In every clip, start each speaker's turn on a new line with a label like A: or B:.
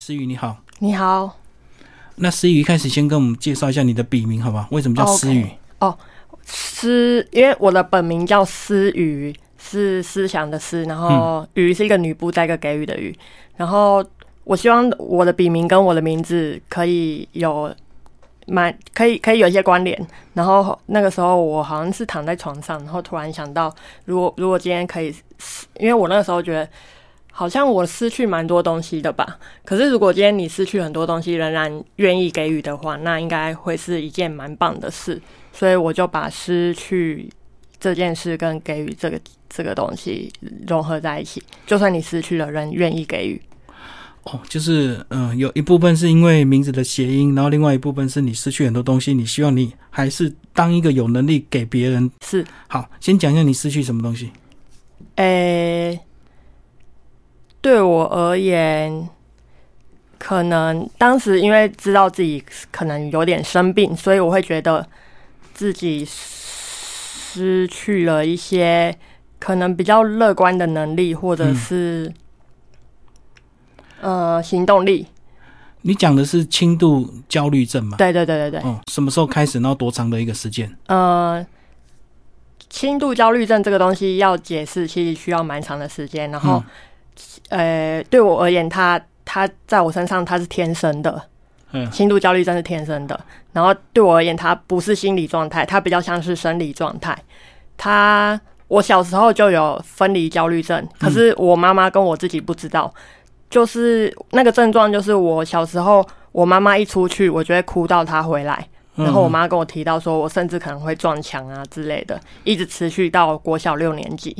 A: 思雨你好，
B: 你好，
A: 那思雨一开始先跟我们介绍一下你的笔名，好不好？为什么叫思雨
B: 哦 OK 思，因为我的本名叫思雨，是思想的思，然后雨是一个女部在一个给予的雨，然后我希望我的笔名跟我的名字可以有蛮可以可以有一些关联。然后那个时候我好像是躺在床上，然后突然想到，如果如果今天可以，因为我那个时候觉得。好像我失去蛮多东西的吧，可是如果今天你失去很多东西，仍然愿意给予的话，那应该会是一件蛮棒的事。所以我就把失去这件事跟给予这个这个东西融合在一起。就算你失去了，人愿意给予。
A: 哦，就是嗯、呃有一部分是因为名字的谐音，然后另外一部分是你失去很多东西，你希望你还是当一个有能力给别人。
B: 是，
A: 好，先讲一下你失去什么东西。
B: 诶、对我而言，可能当时因为知道自己可能有点生病，所以我会觉得自己失去了一些可能比较乐观的能力，或者
A: 嗯
B: 是、呃行动力。
A: 你讲的是轻度焦虑症嘛？
B: 对对对对对。
A: 哦，什么时候开始？然后多长的一个时间？
B: 呃，轻度焦虑症这个东西要解释，其实需要蛮长的时间。然后，呃，对我而言，它它在我身上它是天生的，
A: 嗯，
B: 轻度焦虑症是天生的。然后对我而言，它不是心理状态，它比较像是生理状态。它我小时候就有分离焦虑症，可是我妈妈跟我自己不知道，就是那个症状，就是我小时候我妈妈一出去，我就会哭到她回来。
A: 嗯
B: 然后我妈跟我提到说，我甚至可能会撞墙啊之类的，一直持续到国小六年级。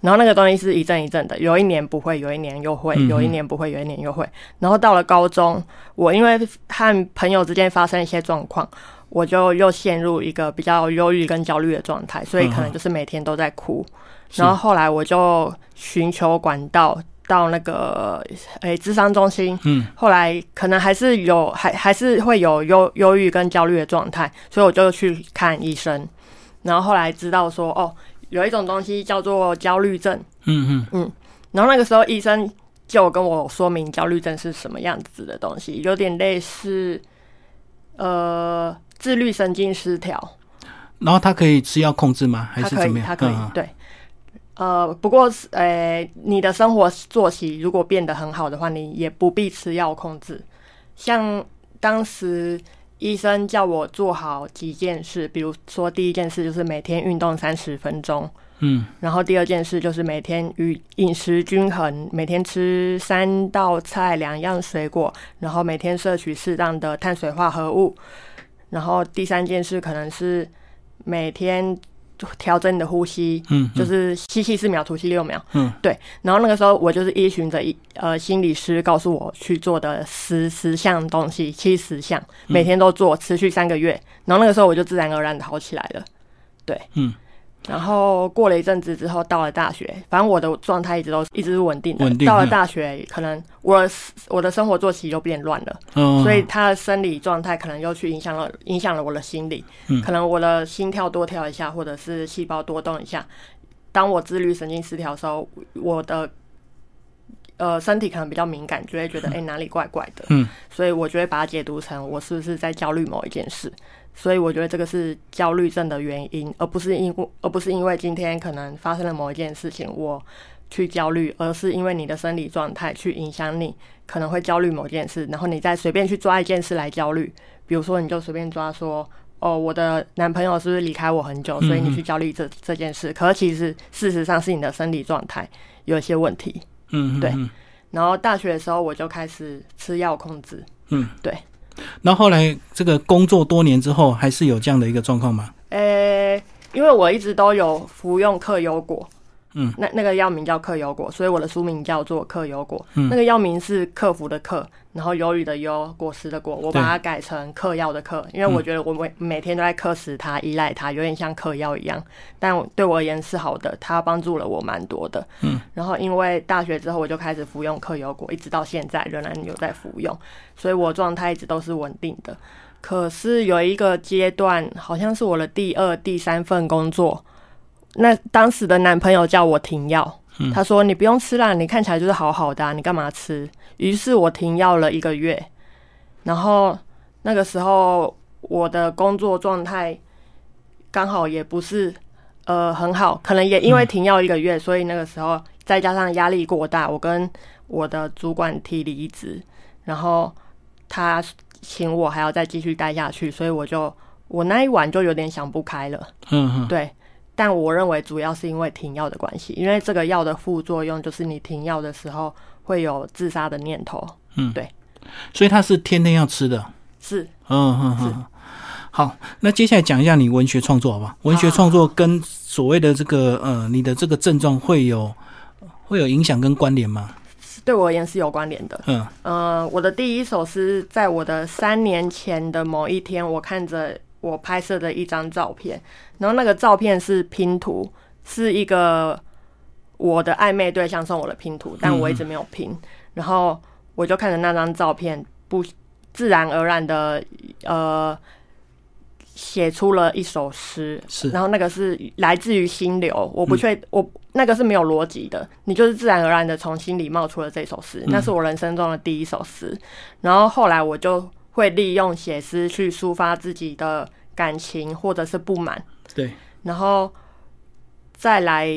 B: 然后那个东西是一阵一阵的，有一年不会，有一年又会，
A: 嗯哼
B: 有一年不会，有一年又会。然后到了高中，我因为和朋友之间发生一些状况，我就又陷入一个比较忧郁跟焦虑的状态，所以可
A: 嗯
B: 能
A: 哼
B: 就是每天都在哭。
A: 是
B: 然后后来我就寻求管道到那个诶智商中心，
A: 嗯，
B: 后来可能还是有，还还是会有忧忧郁跟焦虑的状态，所以我就去看医生，然后后来知道说，哦，有一种东西叫做焦虑症，
A: 嗯嗯，
B: 然后那个时候医生就有跟我说明焦虑症是什么样子的东西，有点类似，呃，自律神经失调，
A: 然后他可以吃药控制吗？还
B: 他
A: 是
B: 可
A: 怎么
B: 以，
A: 样？
B: 他可以，
A: 嗯嗯
B: 对。呃，不过是，呃，你的生活作息如果变得很好的话，你也不必吃药控制。像当时医生叫我做好几件事，比如说第一件事就是每天运动三十分钟，
A: 嗯，
B: 然后第二件事就是每天与饮食均衡，每天吃三道菜、两样水果，然后每天摄取适当的碳水化合物。然后第三件事可能是每天调整你的呼吸，
A: 嗯，
B: 就
A: 嗯
B: 是吸气四秒，吐气六秒。
A: 嗯，
B: 对。然后那个时候我就是依循着一呃心理师告诉我去做的十十项东西，七十项，每天都做，持续三个月。然后那个时候我就自然而然的好起来了。对，
A: 嗯。
B: 然后过了一阵子之后，到了大学，反正我的状态一直都一直是稳定的。
A: 稳定
B: 到了
A: 嗯
B: 大学，可能我的我的生活作息又变乱了。
A: 哦
B: 所以他的生理状态可能又去影响了影响了我的心理，
A: 嗯
B: 可能我的心跳多跳一下，或者是细胞多动一下。当我自律神经失调的时候，我的呃身体可能比较敏感，就会觉得哎、诶哪里怪怪的，
A: 嗯，
B: 所以我就会把它解读成我是不是在焦虑某一件事。所以我觉得这个是焦虑症的原因，而不是因为而不是因为今天可能发生了某一件事情我去焦虑，而是因为你的生理状态去影响你可能会焦虑某件事，然后你再随便去抓一件事来焦虑，比如说你就随便抓说，哦，我的男朋友是不是离开我很久，所以你去焦虑这这件事，可是其实事实上是你的生理状态有一些问题。
A: 嗯，嗯
B: 对
A: 嗯
B: 然后大学的时候我就开始吃药控制，
A: 嗯，
B: 对。
A: 然后后来这个工作多年之后，还是有这样的一个状况吗？
B: 呃、因为我一直都有服用克优果，
A: 嗯，
B: 那那个药名叫克优果，所以我的书名叫做克优果。
A: 嗯
B: 那个药名是克服的克，然后忧郁的忧，果实的果，我把它改成嗑药的嗑，因
A: 嗯
B: 为我觉得我每每天都在克死它、依赖它，有点像嗑药一样，但我对我而言是好的，它帮助了我蛮多的。
A: 嗯，
B: 然后因为大学之后我就开始服用克优果，一直到现在仍然有在服用，所以我状态一直都是稳定的。可是有一个阶段，好像是我的第二、第三份工作，那当时的男朋友叫我停药，
A: 嗯
B: 他说你不用吃啦，你看起来就是好好的、啊，你干嘛吃？于是我停药了一个月，然后那个时候我的工作状态刚好也不是呃很好，可能也因为停药一个月，所以那个时候再加上压力过大，我跟我的主管提离职，然后他请我还要再继续待下去，所以我就我那一晚就有点想不开了。
A: 嗯嗯
B: 对，但我认为主要是因为停药的关系，因为这个药的副作用就是你停药的时候会有自杀的念头。
A: 所以他是天天要吃的。
B: 是，
A: 嗯嗯嗯。好，那接下来讲一下你文学创作好不好？文学创作跟所谓的这个呃，你的这个症状会有会有影响跟关联吗？
B: 是对我而言是有关联的。
A: 嗯
B: 呃，我的第一首诗在我的三年前的某一天，我看着我拍摄的一张照片，然后那个照片是拼图，是一个我的暧昧对象送我的拼图，但我一直没有拼，然后我就看着那张照片，不自然而然的呃写出了一首诗，
A: 是
B: 然后那个是来自于心流，我不确、我那个是没有逻辑的，你就是自然而然的从心里冒出了这首诗，那是我人生中的第一首诗。然后后来我就会利用写诗去抒发自己的感情或者是不满，
A: 对，
B: 然后再来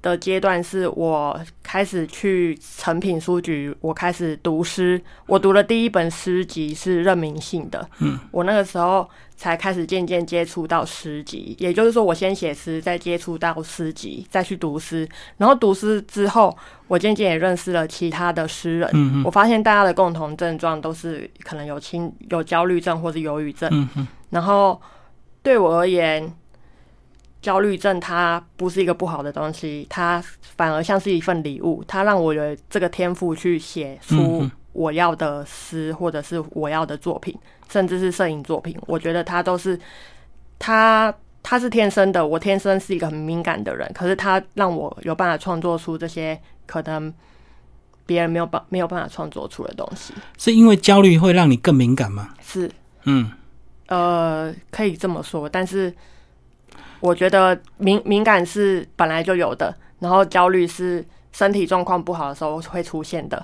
B: 的阶段是我开始去诚品书局，我开始读诗。我读的第一本诗集是任明信的，嗯，我那个时候才开始渐渐接触到诗集，也就是说，我先写诗，再接触到诗集，再去读诗，然后读诗之后，我渐渐也认识了其他的诗人。
A: 嗯嗯
B: 我发现大家的共同症状都是可能有轻有焦虑症或是忧郁症，
A: 嗯嗯
B: 然后对我而言，焦虑症它不是一个不好的东西，它反而像是一份礼物，它让我有这个天赋去写
A: 嗯
B: 出
A: 嗯
B: 我要的诗，或者是我要的作品，甚至是摄影作品。我觉得它都是它。它是天生的，我天生是一个很敏感的人，可是它让我有办法创作出这些可能别人没有办没有办法创作出的东西。
A: 是因为焦虑会让你更敏感吗？
B: 是，
A: 嗯
B: 呃，可以这么说，但是我觉得敏敏感是本来就有的，然后焦虑是身体状况不好的时候会出现的。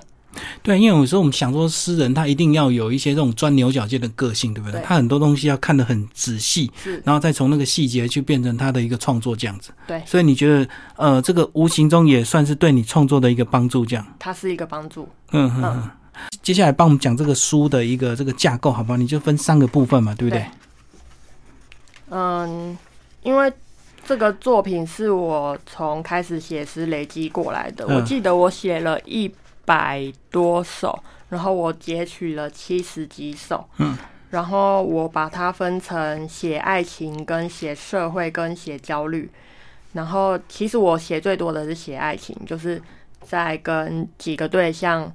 A: 对，因为有时候我们想说，诗人他一定要有一些这种钻牛角尖的个性，对不对？
B: 对
A: 他很多东西要看得很仔细
B: 是，
A: 然后再从那个细节去变成他的一个创作这样子。
B: 对
A: 所以你觉得，呃，这个无形中也算是对你创作的一个帮助，这样。
B: 它是一个帮助。
A: 嗯嗯嗯。接下来帮我们讲这个书的一个这个架构，好不好？你就分三个部分嘛，对不对？
B: 嗯，因为这个作品是我从开始写诗累积过来的，
A: 嗯
B: 我记得我写了一百多首，然后我截取了七十几首，
A: 嗯，
B: 然后我把它分成写爱情、跟写社会、跟写焦虑，然后其实我写最多的是写爱情，就是在跟几个对象。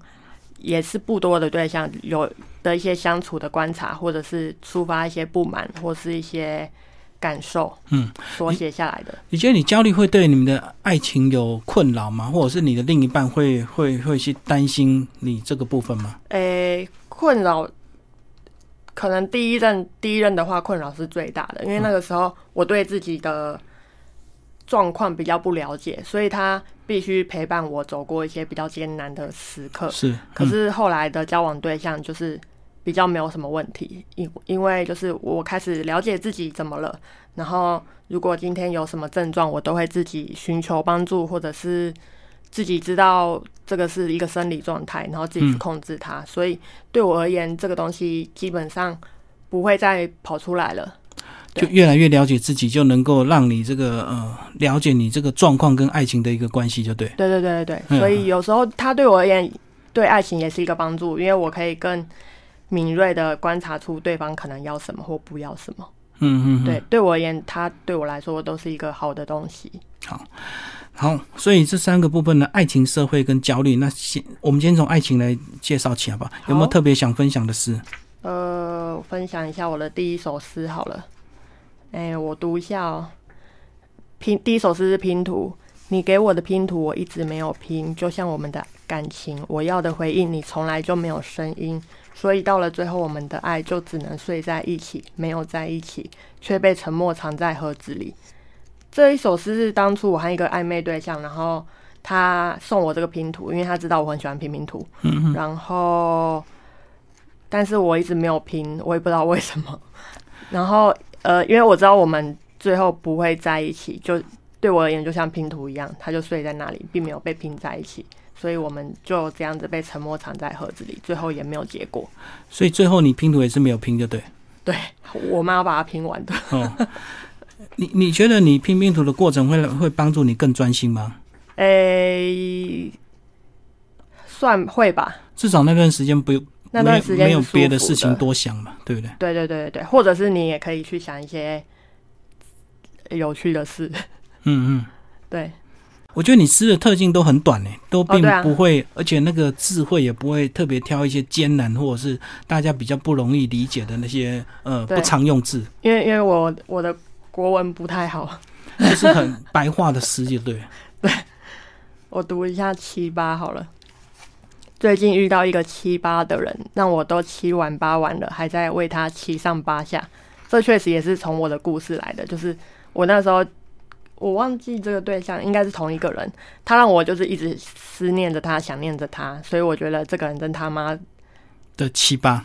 B: 也是不多的对象有的一些相处的观察，或者是抒发一些不满，或是一些感受，
A: 嗯，
B: 所写下来的。
A: 你觉得你焦虑会对你们的爱情有困扰吗？或者是你的另一半会会会去担心你这个部分吗？
B: 诶、困扰可能第一任第一任的话，困扰是最大的，因为
A: 嗯
B: 那个时候我对自己的状况比较不了解，所以他必须陪伴我走过一些比较艰难的时刻。
A: 是，
B: 呃可
A: 嗯
B: 是后来的交往对象就是比较没有什么问题，因因为就是我开始了解自己怎么了，然后如果今天有什么症状，我都会自己寻求帮助，或者是自己知道这个是一个生理状态，然后自己去
A: 嗯
B: 控制它。所以对我而言，这个东西基本上不会再跑出来了。
A: 就越来越了解自己，就能够让你这个呃了解你这个状况跟爱情的一个关系，就对。
B: 对对对对
A: 嗯
B: 对，所以有时候它对我而言，对爱情也是一个帮助，因为我可以更敏锐的观察出对方可能要什么或不要什么。
A: 嗯嗯，嗯
B: 对，。对我而言，它对我来说都是一个好的东西。
A: 好，所以这三个部分呢，爱情、社会跟焦虑，那先我们先从爱情来介绍起好不好？有没有
B: 好
A: 特别想分享的事？
B: 呃，我分享一下我的第一首诗好了。哎、我读一下哦。拼第一首诗是拼图，你给我的拼图我一直没有拼，就像我们的感情，我要的回应你从来就没有声音，所以到了最后，我们的爱就只能睡在一起，没有在一起，却被沉默藏在盒子里。这一首诗是当初我和一个暧昧对象，然后他送我这个拼图，因为他知道我很喜欢拼拼图，
A: 嗯嗯，
B: 然后，但是我一直没有拼，我也不知道为什么。 然后，呃，因为我知道我们最后不会在一起，就对我而言就像拼图一样，它就睡在那里，并没有被拼在一起，所以我们就这样子被沉默藏在盒子里，最后也没有结果。
A: 所以最后你拼图也是没有拼，就对。
B: 对我妈要把它拼完的，
A: 哦， 你你觉得你拼拼图的过程会会帮助你更专心吗？
B: 诶、算会吧。
A: 至少那段时间不
B: 那段时间
A: 没有没有
B: 是舒
A: 别的
B: 服
A: 事情
B: 的
A: 多想嘛，对不对？
B: 对对对对对，或者是你也可以去想一些有趣的事，
A: 嗯嗯。
B: 对。
A: 我觉得你诗的特性都很短诶、都并
B: 哦对啊
A: 不会，而且那个智慧也不会特别挑一些艰难或者是大家比较不容易理解的那些呃
B: 对
A: 不常用字，
B: 因为因为我我的国文不太好，
A: 就是很白话的诗，就对了。
B: 我读一下七八好了。最近遇到一个七八的人，让我都七完八完了，还在为他七上八下。这确实也是从我的故事来的，就是我那时候我忘记这个对象应该是同一个人，他让我就是一直思念着他，想念着他，所以我觉得这个人真 他妈，
A: 的七八，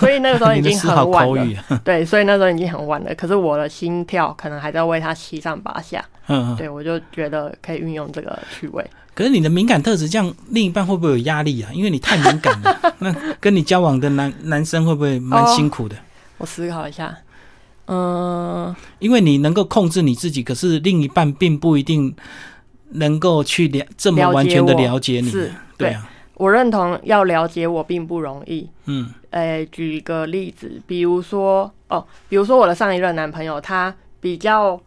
B: 所以那个时候已
A: 你的
B: 经
A: 诗好
B: 很晚
A: 口
B: 了，
A: 语啊，
B: 对，所以那时候已经很晚了。可是我的心跳可能还在为他七上八下，
A: 嗯嗯。
B: 对我就觉得可以运用这个趣味。
A: 可是你的敏感特质，这样另一半会不会有压力啊？因为你太敏感 了，那跟你交往的男男生会不会蛮
B: 哦
A: 辛苦的？
B: 我思考一下，嗯，
A: 因为你能够控制你自己，可是另一半并不一定能够去了这么完全的了解你。
B: 是
A: 对啊，
B: 我认同要了解我并不容易。
A: 嗯
B: 诶，举一个例子，比如说哦，比如说我的上一任男朋友，他比较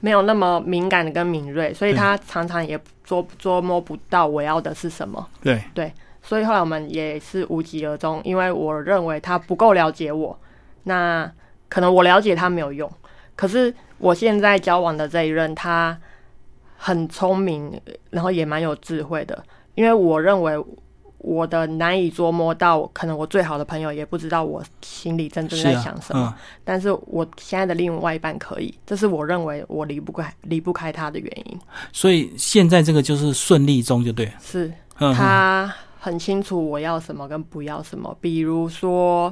B: 没有那么敏感跟敏锐，所以他常常也捉捉摸不到我要的是什么。
A: 对，
B: 所以后来我们也是无疾而终，因为我认为他不够了解我，那可能我了解他没有用。可是我现在交往的这一任，他很聪明，然后也蛮有智慧的，因为我认为。我的难以捉摸到，可能我最好的朋友也不知道我心里真正
A: 是
B: 在
A: 啊
B: 想，什么，
A: 嗯，
B: 但是我现在的另外一半可以，这是我认为我离不开离不开他的原因，
A: 所以现在这个就是顺利中就对了，
B: 是
A: 嗯，嗯
B: 他很清楚我要什么跟不要什么。比如说，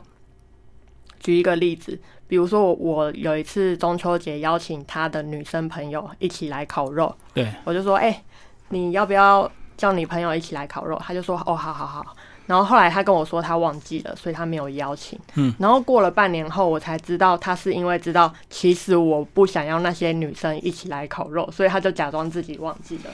B: 举一个例子，比如说我我有一次中秋节邀请他的女生朋友一起来烤肉，
A: 对，
B: 我就说：“哎、你要不要叫你朋友一起来烤肉？”他就说：“哦，好好好。”然后后来他跟我说他忘记了，所以他没有邀请。
A: 嗯，
B: 然后过了半年后，我才知道他是因为知道其实我不想要那些女生一起来烤肉，所以他就假装自己忘记了。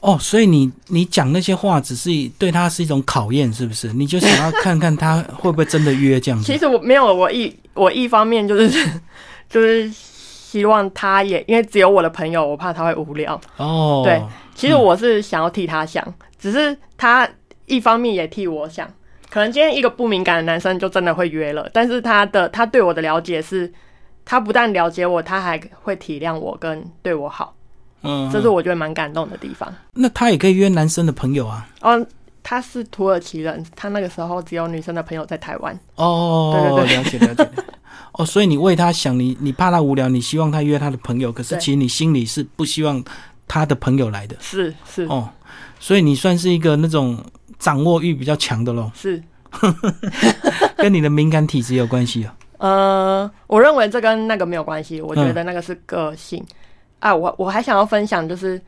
A: 哦，所以你你讲那些话，只是对他是一种考验，是不是？你就想要看看他会不会真的约这样
B: 其
A: 子？
B: 实我没有，我一我一方面就是 就是希望他也，因为只有我的朋友，我怕他会无聊。
A: 哦，
B: 对其实我是想要替他想，只是他一方面也替我想。可能今天一个不敏感的男生就真的会约了，但是他的他对我的了解是，他不但了解我，他还会体谅我跟对我好，
A: 嗯，
B: 这是我觉得蛮感动的地方。
A: 那他也可以约男生的朋友啊。
B: 哦，他是土耳其人，他那个时候只有女生的朋友在台湾。
A: 哦，
B: 对
A: 了解了解。哦，所以你为他想，你你怕他无聊，你希望他约他的朋友，可是
B: 对
A: 其实你心里是不希望他的朋友来的
B: 是是
A: 哦，所以你算是一个那种掌握欲比较强的 咯，
B: 是，
A: 跟你的敏感体质有关系啊。
B: 呃，我认为这跟那个没有关系，我觉得那个是个性。啊，我我还想要分享就是，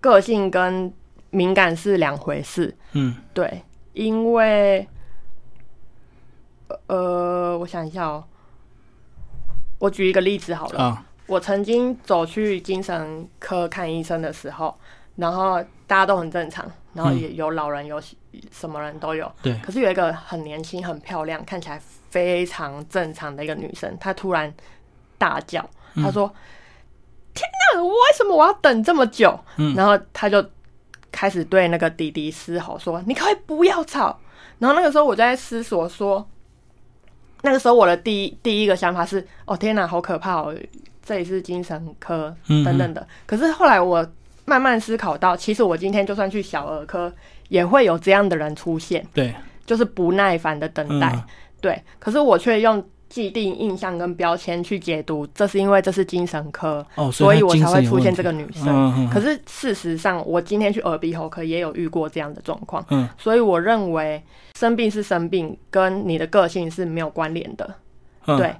B: 个性跟敏感是两回事。
A: 嗯，
B: 对，因为，呃，我想一下哦，我举一个例子好了。
A: 啊，
B: 我曾经走去精神科看医生的时候，然后大家都很正常，然后也有老人，有什么人都有。
A: 对
B: 可是有一个很年轻、很漂亮，看起来非常正常的一个女生，她突然大叫，
A: 嗯
B: 她说：“天哪，为什么我要等这么久？”
A: 嗯
B: 然后她就开始对那个弟弟嘶吼说：“你可不可以不要吵！”然后那个时候我就在思索说。那个时候我的第一第一个想法是，哦天哪，好可怕哦！这里是精神科
A: 嗯嗯
B: 等等的。可是后来我慢慢思考到，其实我今天就算去小儿科，也会有这样的人出现，
A: 对，
B: 就是不耐烦的等待。
A: 嗯
B: 对，可是我却用既定印象跟标签去解读，这是因为这是精神科，
A: 哦，
B: 所
A: 以
B: 以
A: 他
B: 我
A: 精
B: 才
A: 神
B: 会
A: 有
B: 出
A: 问
B: 现
A: 题
B: 这个女生。
A: 嗯嗯，
B: 可是事实上，我今天去耳鼻喉科也有遇过这样的状况，
A: 嗯
B: 所以我认为生病是生病，跟你的个性是没有关联的。
A: 嗯，
B: 对，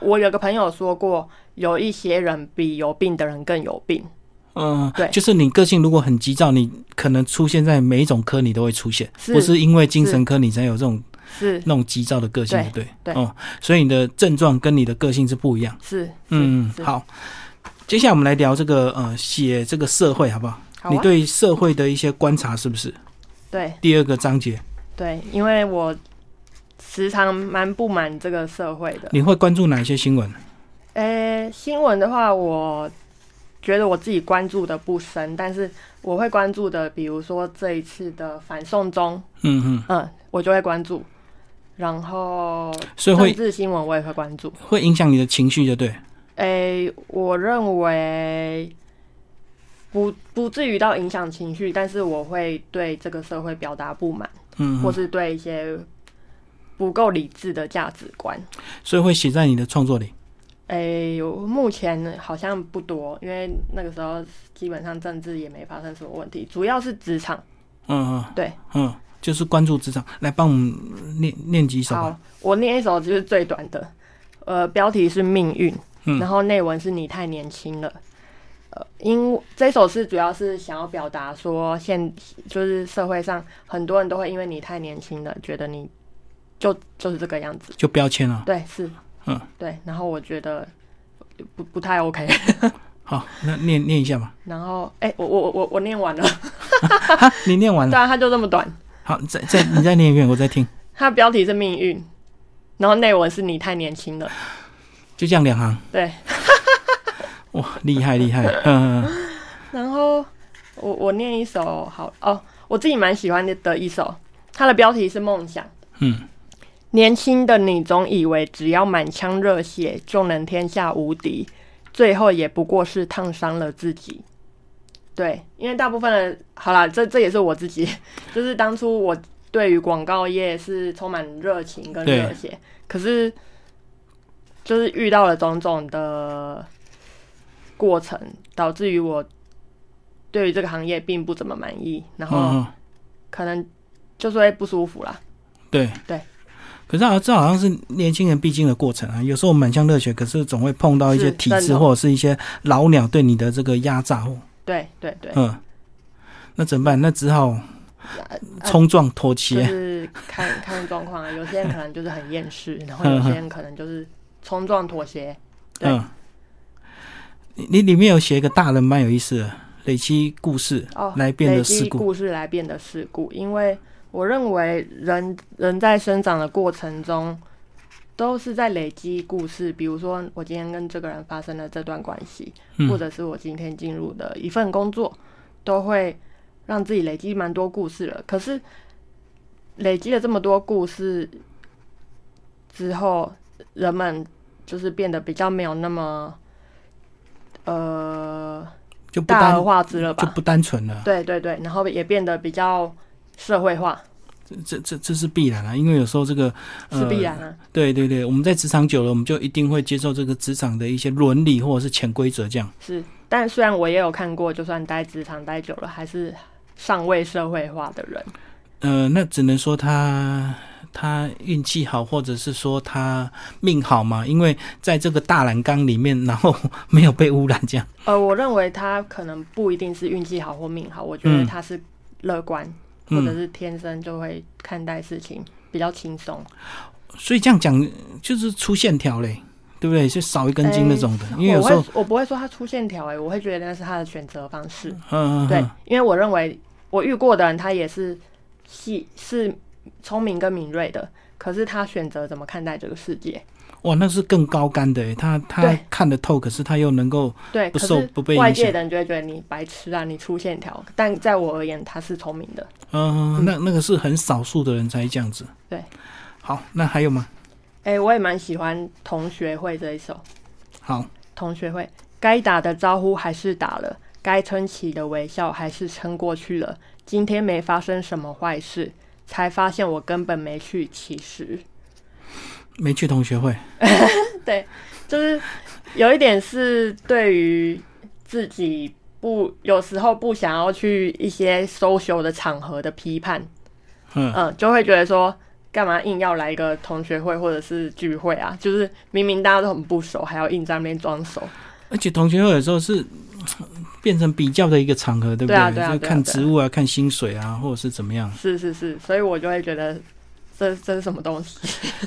B: 我有个朋友说过，有一些人比有病的人更有病。
A: 嗯，
B: 对
A: 就是你个性如果很急躁，你可能出现在每一种科你都会出现，
B: 是
A: 不是因为精神科你才有这种
B: 是
A: 那种急躁的个性，对
B: 对
A: 哦，所以你的症状跟你的个性是不一样。
B: 是，
A: 嗯，
B: 是，
A: 好，接下来我们来聊这个呃，写这个社会好不好？
B: 好
A: 你
B: 啊，
A: 对社会的一些观察是不是？
B: 对
A: 第二个章节，
B: 对，因为我时常蛮不满这个社会的。
A: 你会关注哪一些新闻？
B: 诶、新闻的话，我觉得我自己关注的不深，但是我会关注的，比如说这一次的反送中，
A: 嗯嗯，
B: 嗯，我就会关注。然后
A: 所以
B: 政
A: 会
B: 治新闻我也会关注。
A: 会影响你的情绪，就对。
B: 诶、我认为不不至于到影响情绪，但是我会对这个社会表达不满，
A: 嗯，
B: 或
A: 嗯
B: 是对一些不够理智的价值观。
A: 所以会写在你的创作里。
B: 诶、我目前好像不多，因为那个时候基本上政治也没发生什么问题，主要是职场。
A: 嗯嗯，
B: 对，
A: 嗯，就是关注职场，来帮我们念念几首吧。
B: 好，我念一首就是最短的，呃，标题是命运，
A: 嗯
B: 然后内文是你太年轻了。呃，因这首诗主要是想要表达说现，就是社会上很多人都会因为你太年轻了，觉得你就就是这个样子。
A: 就标签了。
B: 对，是，
A: 嗯，
B: 对。然后我觉得不不太 OK。
A: 好，那念念一下吧。
B: 然后，哎、我我我我我念完了，
A: 哈，你念完
B: 对
A: 了。
B: 啊，它就这么短。
A: 好，再再你再念一遍，我再听。
B: 它的标题是命运，然后内文是你太年轻了。
A: 就这样两行，
B: 对，
A: 哇，厉害厉害。嗯，嗯
B: 然后我我念一首好哦，我自己蛮喜欢的的一首，它的标题是《梦想》。
A: 嗯，
B: 年轻的你总以为只要满腔热血就能天下无敌，最后也不过是烫伤了自己。对，因为大部分的好啦，这这也是我自己， 就是当初我对于广告业是充满热情跟
A: 对
B: 热血，可是就是遇到了种种的过程，导致于我对于这个行业并不怎么满意，然
A: 嗯
B: 后
A: 嗯
B: 可能就是会不舒服啦。
A: 对
B: 对。
A: 可是好，啊这好像是年轻人必经的过程啊。有时候满腔热血，可是总会碰到一些
B: 是
A: 体
B: 真
A: 制
B: 的
A: 或者是一些老鸟对你的这个压榨。
B: 对对对，
A: 嗯，那怎么办？那只好
B: 啊
A: 冲撞妥协
B: 就。是看看状况啊，有些人可能就是很厌世，然后有些人可能就是冲撞妥协。对
A: 嗯，你你里面有写一个大人蛮有意思的，累积故事
B: 哦，
A: 来变
B: 累
A: 得事
B: 积
A: 故。
B: 故事来变得事故，因为我认为人人在生长的过程中，都是在累积故事。比如说，我今天跟这个人发生了这段关系，或
A: 嗯
B: 者是我今天进入的一份工作，都会让自己累积蛮多故事了。可是累积了这么多故事之后，人们就是变得比较没有那么呃
A: 就不
B: 大
A: 单
B: 而化之了
A: 就
B: 吧？
A: 不单纯了。
B: 对对对，然后也变得比较社会化，
A: 这这这是必然啊，因为有时候这个、呃、
B: 是必然啊。
A: 对对对，我们在职场久了，我们就一定会接受这个职场的一些伦理或者是潜规则这样。
B: 是，但虽然我也有看过，就算待职场待久了，还是尚未社会化的人。
A: 呃，那只能说他他运气好，或者是说他命好嘛，因为在这个大染缸里面，然后 没有被污染这样。
B: 呃，我认为他可能不一定是运气好或命好，我觉得
A: 嗯
B: 他是乐观，或者
A: 嗯，
B: 是天生就会看待事情比较轻松。
A: 所以这样讲就是出线条嘞，对不对？就少一根筋那种的，因为有
B: 哎我
A: 时
B: 会
A: 候，
B: 我不会说他出线条，哎，我会觉得那是他的选择方式。
A: 嗯，嗯
B: 对
A: 嗯，
B: 因为我认为我遇过的人，他也是细是聪明跟敏锐的，可是他选择怎么看待这个世界。
A: 哇，那是更高干的耶，欸他他
B: 对
A: 看得透，可是他又能够
B: 对，
A: 不
B: 可
A: 受
B: 是
A: 不被
B: 外
A: 影
B: 界
A: 响。
B: 的人就会觉得你白痴啊，你出线条。但在我而言，他是聪明的。
A: 嗯，那那个是很少数的人才这样子。
B: 对，
A: 好，那还有吗？
B: 哎、我也蛮喜欢同学会这一首。
A: 好，
B: 同学会，该打的招呼还是打了，该撑起的微笑还是撑过去了。今天没发生什么坏事，才发现我根本没去。其实，
A: 没去同学会，
B: 对，就是有一点是对于自己不有时候不想要去一些 social 的场合的批判，
A: 嗯，
B: 嗯，就会觉得说干嘛硬要来一个同学会或者是聚会啊？就是明明大家都很不熟，还要硬在那边装熟。
A: 而且同学会有时候是嗯变成比较的一个场合，对不
B: 对啊对啊
A: 就
B: 对啊
A: 看
B: 对啊
A: 职务啊，看薪水啊，或者是怎么样，
B: 是是是，所以我就会觉得这这是什么东西？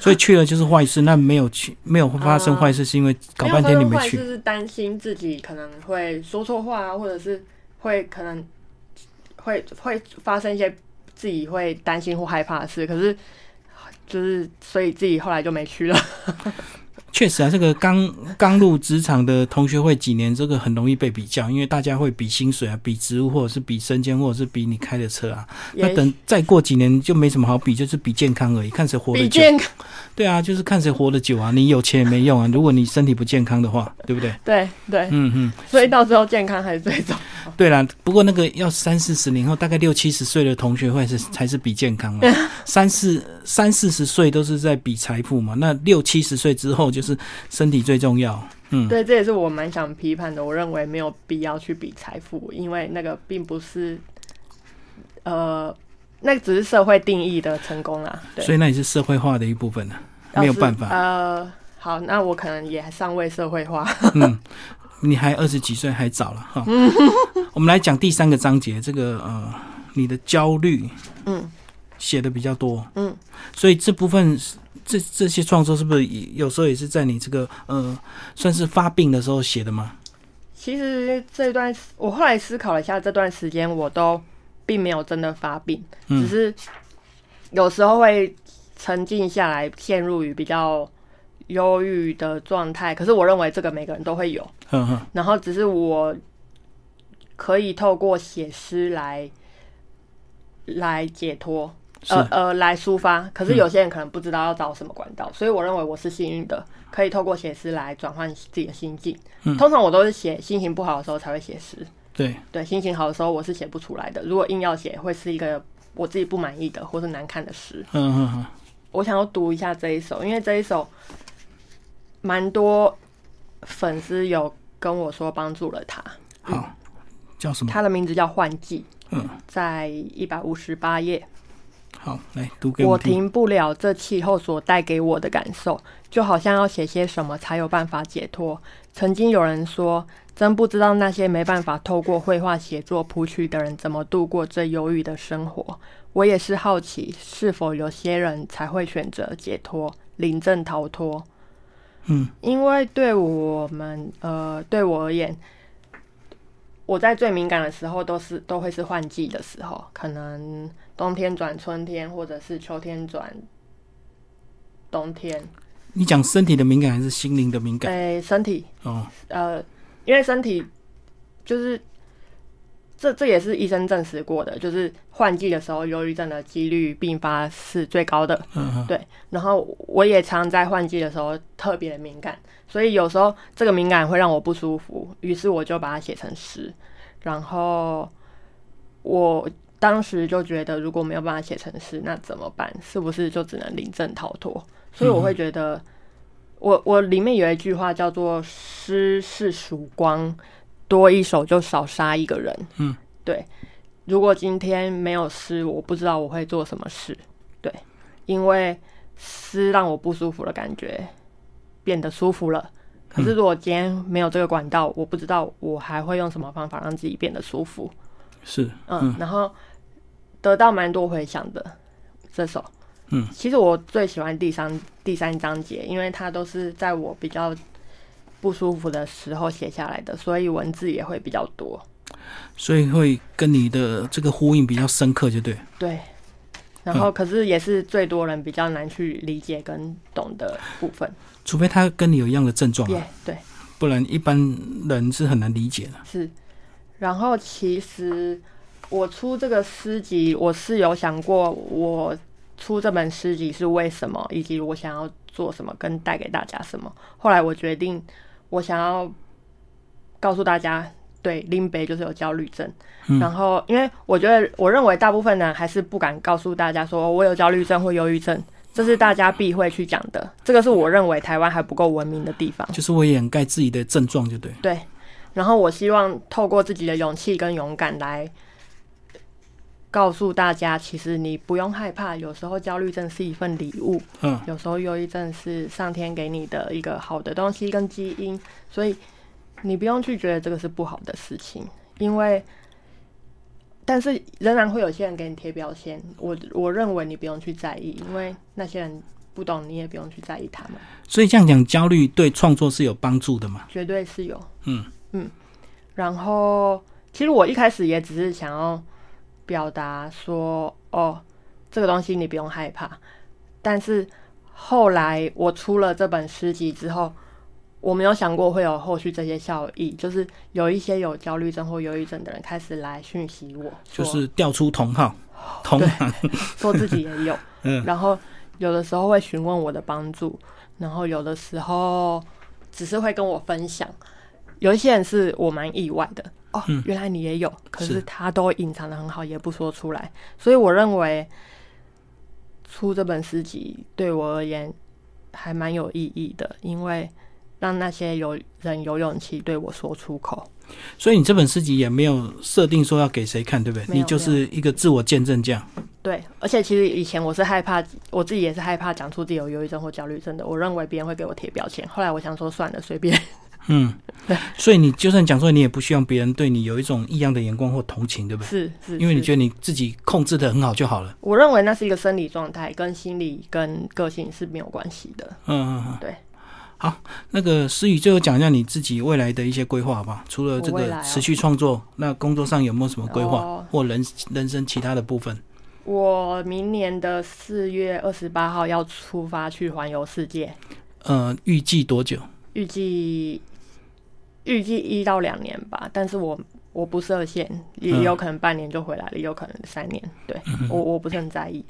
A: 所以去了就是坏事，那没有去，没有发
B: 啊
A: 生坏事，是因为搞半天你没去，
B: 就是担心自己可能会说错话啊，或者是会可能会会发生一些自己会担心或害怕的事。可是就是所以自己后来就没 去了。
A: 确实啊，这个刚刚入职场的同学会几年，这个很容易被比较，因为大家会比薪水啊，比职务，或者是比升迁，或者是比你开的车啊。那
B: 也
A: 等再过几年就没什么好比，就是比健康而已，看谁活得
B: 比
A: 久。
B: 健康
A: 对啊，就是看谁活得久啊。你有钱也没用啊，如果你身体不健康的话，对不对？
B: 对对，
A: 嗯嗯，
B: 所以到最后健康还是最重要。
A: 对啦。不过那个要三四十年后，大概六七十岁的同学会是才是比健 康的。三四三四十岁都是在比财富嘛，那六七十岁之后就是身体最重要。嗯，
B: 对，这也是我蛮想批判的。我认为没有必要去比财富，因为那个并不是，呃，那只是社会定义的成功啦。对，
A: 所以那也是社会化的一部分 啊，没有办
B: 要是
A: 法。
B: 呃，好，那我可能也还尚未社会化。
A: 嗯，你还二十几岁还早了哈。我们来讲第三个章节，这个呃，你的焦虑
B: 嗯，
A: 写的比较多，
B: 嗯，
A: 所以这部分是这这些创作是不是也有时候也是在你这个呃算是发病的时候写的吗？
B: 其实这段我后来思考了一下，这段时间我都并没有真的发病，
A: 嗯
B: 只是有时候会沉静下来，陷入于比较忧郁的状态。可是我认为这个每个人都会有。
A: 呵呵，
B: 然后只是我可以透过写诗来来解脱，
A: 是、
B: 呃呃，来抒发。可是
A: 嗯
B: 有些人可能不知道要找什么管道，所以我认为我是幸运的，可以透过写诗来转换自己的心境。
A: 嗯
B: 通常我都是写心情不好的时候才会写诗，
A: 对，
B: 对，心情好的时候我是写不出来的。如果硬要写，会是一个我自己不满意的或是难看的诗。
A: 嗯嗯嗯，
B: 我想要读一下这一首，因为这一首蛮多粉丝有跟我说帮助了他。
A: 好，
B: 嗯
A: 叫什么？
B: 它的名字叫《幻季》，
A: 嗯，
B: 在一百五十八页。
A: 好，来读给
B: 我
A: 我听。
B: 停不了这气候所带给我的感受，就好像要写些什么才有办法解脱。曾经有人说，真不知道那些没办法透过绘画写作谱曲的人怎么度过这忧郁的生活。我也是好奇，是否有些人才会选择解脱、临阵逃脱？
A: 嗯，
B: 因为对我们呃，对我而言，我在最敏感的时候都是都会是换季的时候，可能冬天转春天，或者是秋天转冬天。
A: 你讲身体的敏感还是心灵的敏感？
B: 诶、身体
A: 哦，
B: 呃，因为身体就是这这也是医生证实过的，就是换季的时候，忧郁症的几率并发是最高的。
A: 嗯嗯，
B: 对，然后我也常在换季的时候特别敏感，所以有时候这个敏感会让我不舒服，于是我就把它写成诗。然后我当时就觉得，如果没有办法写成诗，那怎么办？是不是就只能临阵逃脱？所以我会觉得，我我里面有一句话叫做“诗是曙光，多一手就少杀一个人”。
A: 嗯，
B: 对。如果今天没有诗，我不知道我会做什么事。对，因为诗让我不舒服的感觉变得舒服了。可是如果今天没有这个管道，我不知道我还会用什么方法让自己变得舒服。
A: 是，
B: 嗯，然后得到蛮多回响的这首。
A: 嗯，
B: 其实我最喜欢第三第三章节，因为它都是在我比较不舒服的时候写下来的，所以文字也会比较多。
A: 所以会跟你的这个呼应比较深刻，就对。
B: 对，然后可是也是最多人比较难去理解跟懂的部分。
A: 除非他跟你有一样的症状、
B: 耶、
A: 啊，
B: 对，
A: 不然一般人是很难理解的。
B: 是。然后其实我出这个诗集，我是有想过我出这本诗集是为什么，以及我想要做什么，跟带给大家什么。后来我决定，我想要告诉大家，对林北就是有焦虑症。
A: 嗯
B: 然后，因为我觉得，我认为大部分人还是不敢告诉大家说我有焦虑症或忧郁症。这是大家必会去讲的，这个是我认为台湾还不够文明的地方。
A: 就是我掩盖自己的症状，就对。
B: 对，然后我希望透过自己的勇气跟勇敢来告诉大家，其实你不用害怕，有时候焦虑症是一份礼物，
A: 嗯，
B: 有时候忧郁症是上天给你的一个好的东西跟基因，所以你不用去觉得这个是不好的事情，因为。但是仍然会有些人给你贴标签，我我认为你不用去在意，因为那些人不懂，你也不用去在意他们。
A: 所以这样讲，焦虑对创作是有帮助的嘛？
B: 绝对是有。
A: 嗯
B: 嗯，然后其实我一开始也只是想要表达说，哦，这个东西你不用害怕。但是后来我出了这本诗集之后，我没有想过会有后续这些效益，就是有一些有焦虑症或忧郁症的人开始来讯息我，
A: 就
B: 说
A: 是调出同号，
B: 哦
A: 同行，
B: 说自己也有，
A: 嗯
B: 然后有的时候会询问我的帮助，然后有的时候只是会跟我分享。有一些人是我蛮意外的哦，原来你也有，
A: 嗯
B: 可
A: 是
B: 是他都隐藏的很好，也不说出来。所以我认为出这本诗集对我而言还蛮有意义的，因为让那些有人有勇气对我说出口。
A: 所以你这本诗集也没有设定说要给谁看，对不对？
B: 没有
A: 你就是一个自我见证这样。
B: 对，而且其实以前我是害怕，我自己也是害怕讲出自己有忧郁症或焦虑症的。我认为别人会给我贴标签，后来我想说算了，随便。
A: 嗯
B: 对，
A: 所以你就算讲出来，你也不希望别人对你有一种异样的眼光或同情，对不对？
B: 是是，
A: 因为你
B: 是
A: 觉得你自己控制的很好就好了。
B: 我认为那是一个生理状态，跟心理跟个性是没有关系的。
A: 嗯嗯嗯，
B: 对。
A: 好，那个思雨，最后讲一下你自己未来的一些规划好不好？除了这
B: 我未来
A: 个
B: 哦
A: 持续创作，那工作上有没有什么规划，
B: 哦
A: 或人人生其他的部分？
B: 我明年的四月二十八号要出发去环游世界，
A: 呃，预计多久？
B: 预计预计一到两年吧，但是我我不设限，也
A: 嗯
B: 有可能半年就回来了，也有可能三年。对、我我不是很在意。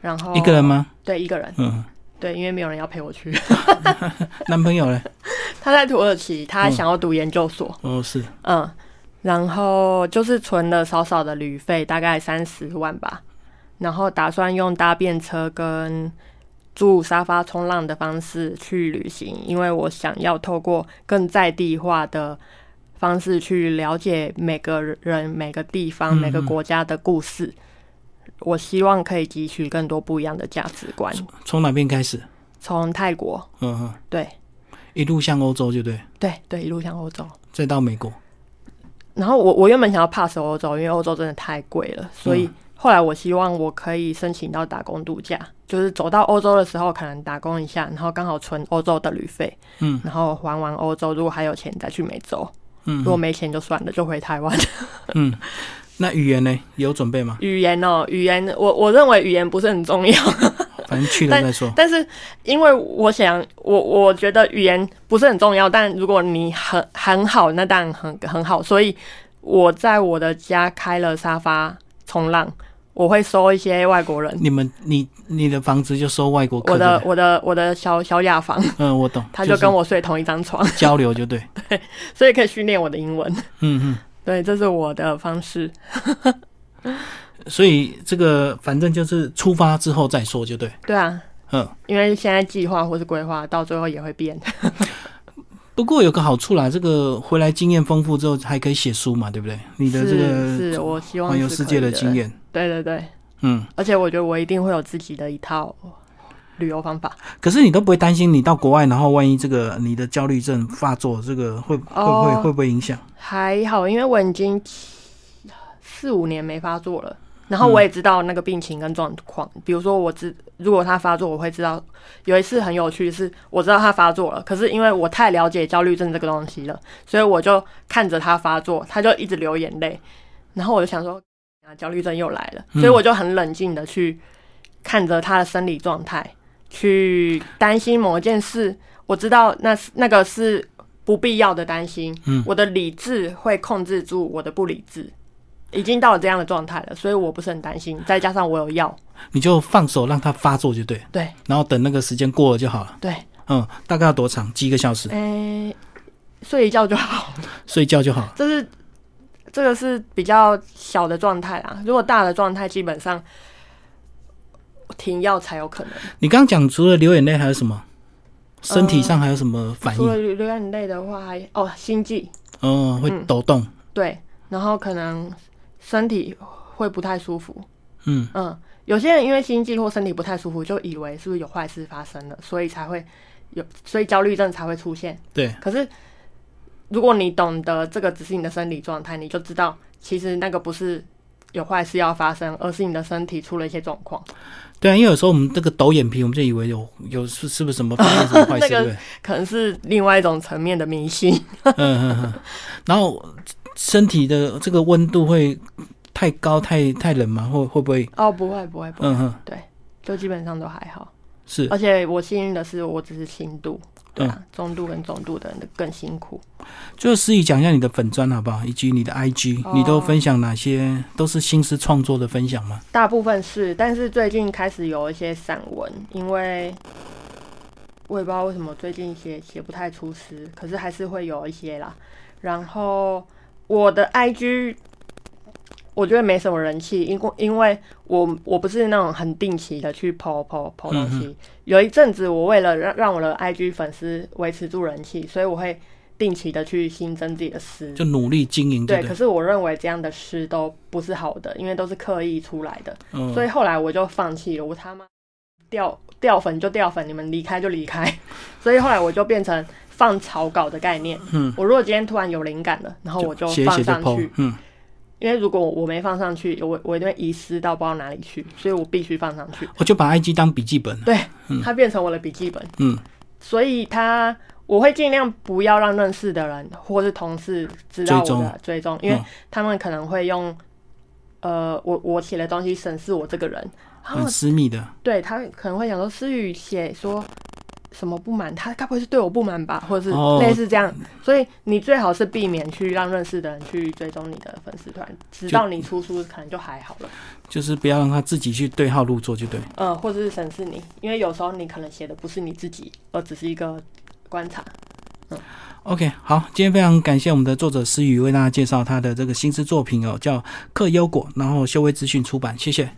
B: 然后
A: 一个人？吗？
B: 对，一个人。
A: 嗯，
B: 对，因为没有人要陪我去。
A: 男朋友嘞？
B: 他在土耳其，他
A: 嗯
B: 想要读研究所，
A: 哦，是，
B: 嗯，然后就是存了少少的旅费，大概三十万吧，然后打算用搭便车跟住沙发冲浪的方式去旅行，因为我想要透过更在地化的方式去了解每个人、每个地方、
A: 嗯
B: 每个国家的故事。我希望可以汲取更多不一样的价值观，
A: 从哪边开始？
B: 从泰国，
A: 嗯嗯，
B: 对
A: 一路向欧洲，就对，
B: 对对，一路向欧洲。
A: 再到美国。
B: 然后我我原本想要 pass 欧洲，因为欧洲真的太贵了，所以后来我希望我可以申请到打工度假，就是走到欧洲的时候可能打工一下，然后刚好存欧洲的旅费，
A: 嗯
B: 然后还完欧洲，如果还有钱再去美洲，
A: 嗯
B: 如果没钱就算了，就回台湾。
A: 嗯，那语言呢？有准备吗？
B: 语言哦，语言，我我认为语言不是很重要，
A: 反正去了再说。
B: 但是因为我想，我我觉得语言不是很重要，但如果你很很好，那当然很很好。所以我在我的家开了沙发冲浪，我会收一些外国人。
A: 你们，你你的房子就收外国客
B: 我的
A: 对
B: 我的我的小小雅房，
A: 不对嗯，我懂，
B: 他就跟
A: 我
B: 我睡同一张床，
A: 交流就对，
B: 所以可以训练我的英文。
A: 嗯
B: 对，这是我的方式。
A: 嗯，所以这个反正就是出发之后再说就对，
B: 对啊，
A: 嗯。
B: 因为现在计划或是规划到最后也会变。
A: 不过有个好处啦，这个回来经验丰富之后还可以写书嘛，对不对？你的这个
B: 是是，我希望
A: 环游
B: 是
A: 世
B: 可
A: 界
B: 以
A: 的
B: 的
A: 经。验，
B: 对对对，
A: 嗯，
B: 而且我觉得我一定会有自己的一套旅游方法。
A: 可是你都不会担心你到国外，然后万一这个你的焦虑症发作，这个会会不会
B: 哦
A: 会不会影响？
B: 还好，因为我已经七四五年没发作了，然后我也知道那个病情跟状况。比如说，我知如果他发作，我会知道。有一次很有趣是，我知道他发作了，可是因为我太了解焦虑症这个东西了，所以我就看着他发作，他就一直流眼泪，然后我就想说，啊，焦虑症又来了，
A: 嗯
B: 所以我就很冷静的去看着他的生理状态，去担心某一件事。我知道那是那个是不必要的担心，
A: 嗯
B: 我的理智会控制住我的不理智，已经到了这样的状态了，所以我不是很担心。再加上我有药，
A: 你就放手让它发作就对，
B: 对
A: 然后等那个时间过了就好了。
B: 对，
A: 嗯，大概要多长？几个小时？
B: 诶、睡一觉就好。
A: 睡觉就好了。
B: 这是这个是比较小的状态啦，如果大的状态，基本上停药才有可能。
A: 你刚刚讲除了流眼泪还有什么？身体上还有什么反
B: 除了
A: 应？
B: 流流眼泪的话还哦，心悸
A: 哦，会抖动。
B: 对，然后可能身体会不太舒服。
A: 嗯，
B: 嗯，有些人因为心悸或身体不太舒服，就以为是不是有坏事发生了，所以才会有，所以焦虑症才会出现。
A: 对，
B: 可是，如果你懂得这个只是你的生理状态，你就知道其实那个不是有坏事要发生，而是你的身体出了一些状况。
A: 对啊，因为有时候我们这个抖眼皮，我们就以为有有是是不是什么发生什么坏事，对
B: 那个
A: 不对？
B: 可能是另外一种层面的迷信。
A: 嗯嗯嗯。然后身体的这个温度会太高、太太冷吗？会会不会？
B: 哦，不会，不会，不会，
A: 嗯哼，
B: 就基本上都还好。
A: 是。
B: 而且我幸运的是，我只是轻度，对啊，中度跟重度的人更辛苦。
A: 就思雨讲一下你的粉砖好不好，以及你的 IG，、
B: 哦
A: 你都分享哪些？都是新诗创作的分享吗？
B: 大部分是，但是最近开始有一些散文，因为我也不知道为什么最近写写不太出诗，可是还是会有一些啦。然后我的 IG 我觉得没什么人气，因为因为我我不是那种很定期的去 po po po 东西。有一阵子我为了让让我的 IG 粉丝维持住人气，所以我会定期的去新增自己的诗。
A: 就努力经营，对
B: 对，
A: 不
B: 可
A: 对？
B: 是我认为这样的诗都不是好的，因为都是刻意出来的。
A: 嗯
B: 所以后来我就放弃了，我他妈掉掉粉就掉粉，你们离开就离开。 所以后来我就变成放草稿的概念。
A: 嗯，
B: 我如果今天突然有灵感了，然后我就
A: 写一
B: 放
A: 写就
B: 上
A: PO，
B: 去，
A: 嗯，
B: 因为如果我没放上去，我我一定会遗失到不知道哪里去，所以我必须放上去。
A: 我就把 IG 当笔记本，
B: 对，它变成我的笔记本，
A: 嗯，
B: 所以它。我会尽量不要让认识的人或是同事知道我
A: 追
B: 的
A: 踪
B: 追踪，因为
A: 嗯
B: 他们可能会用，呃，我我写的东西审视我这个人，然后
A: 很私密的，
B: 对他可能会想说，思雨写说什么不满，他该不会是对我不满吧，或者是
A: 哦
B: 类似这样。所以你最好是避免去让认识的人去追踪你的粉丝团，直到你出书可能就还好了，
A: 就是不要让他自己去对号入座，就对。
B: 嗯，或者是审视你，因为有时候你可能写的不是你自己，而只是一个观察。
A: OK，好，今天非常感谢我们的作者思雨为大家介绍他的这个新诗作品哦，叫《克优果》，然后修为资讯出版，谢谢。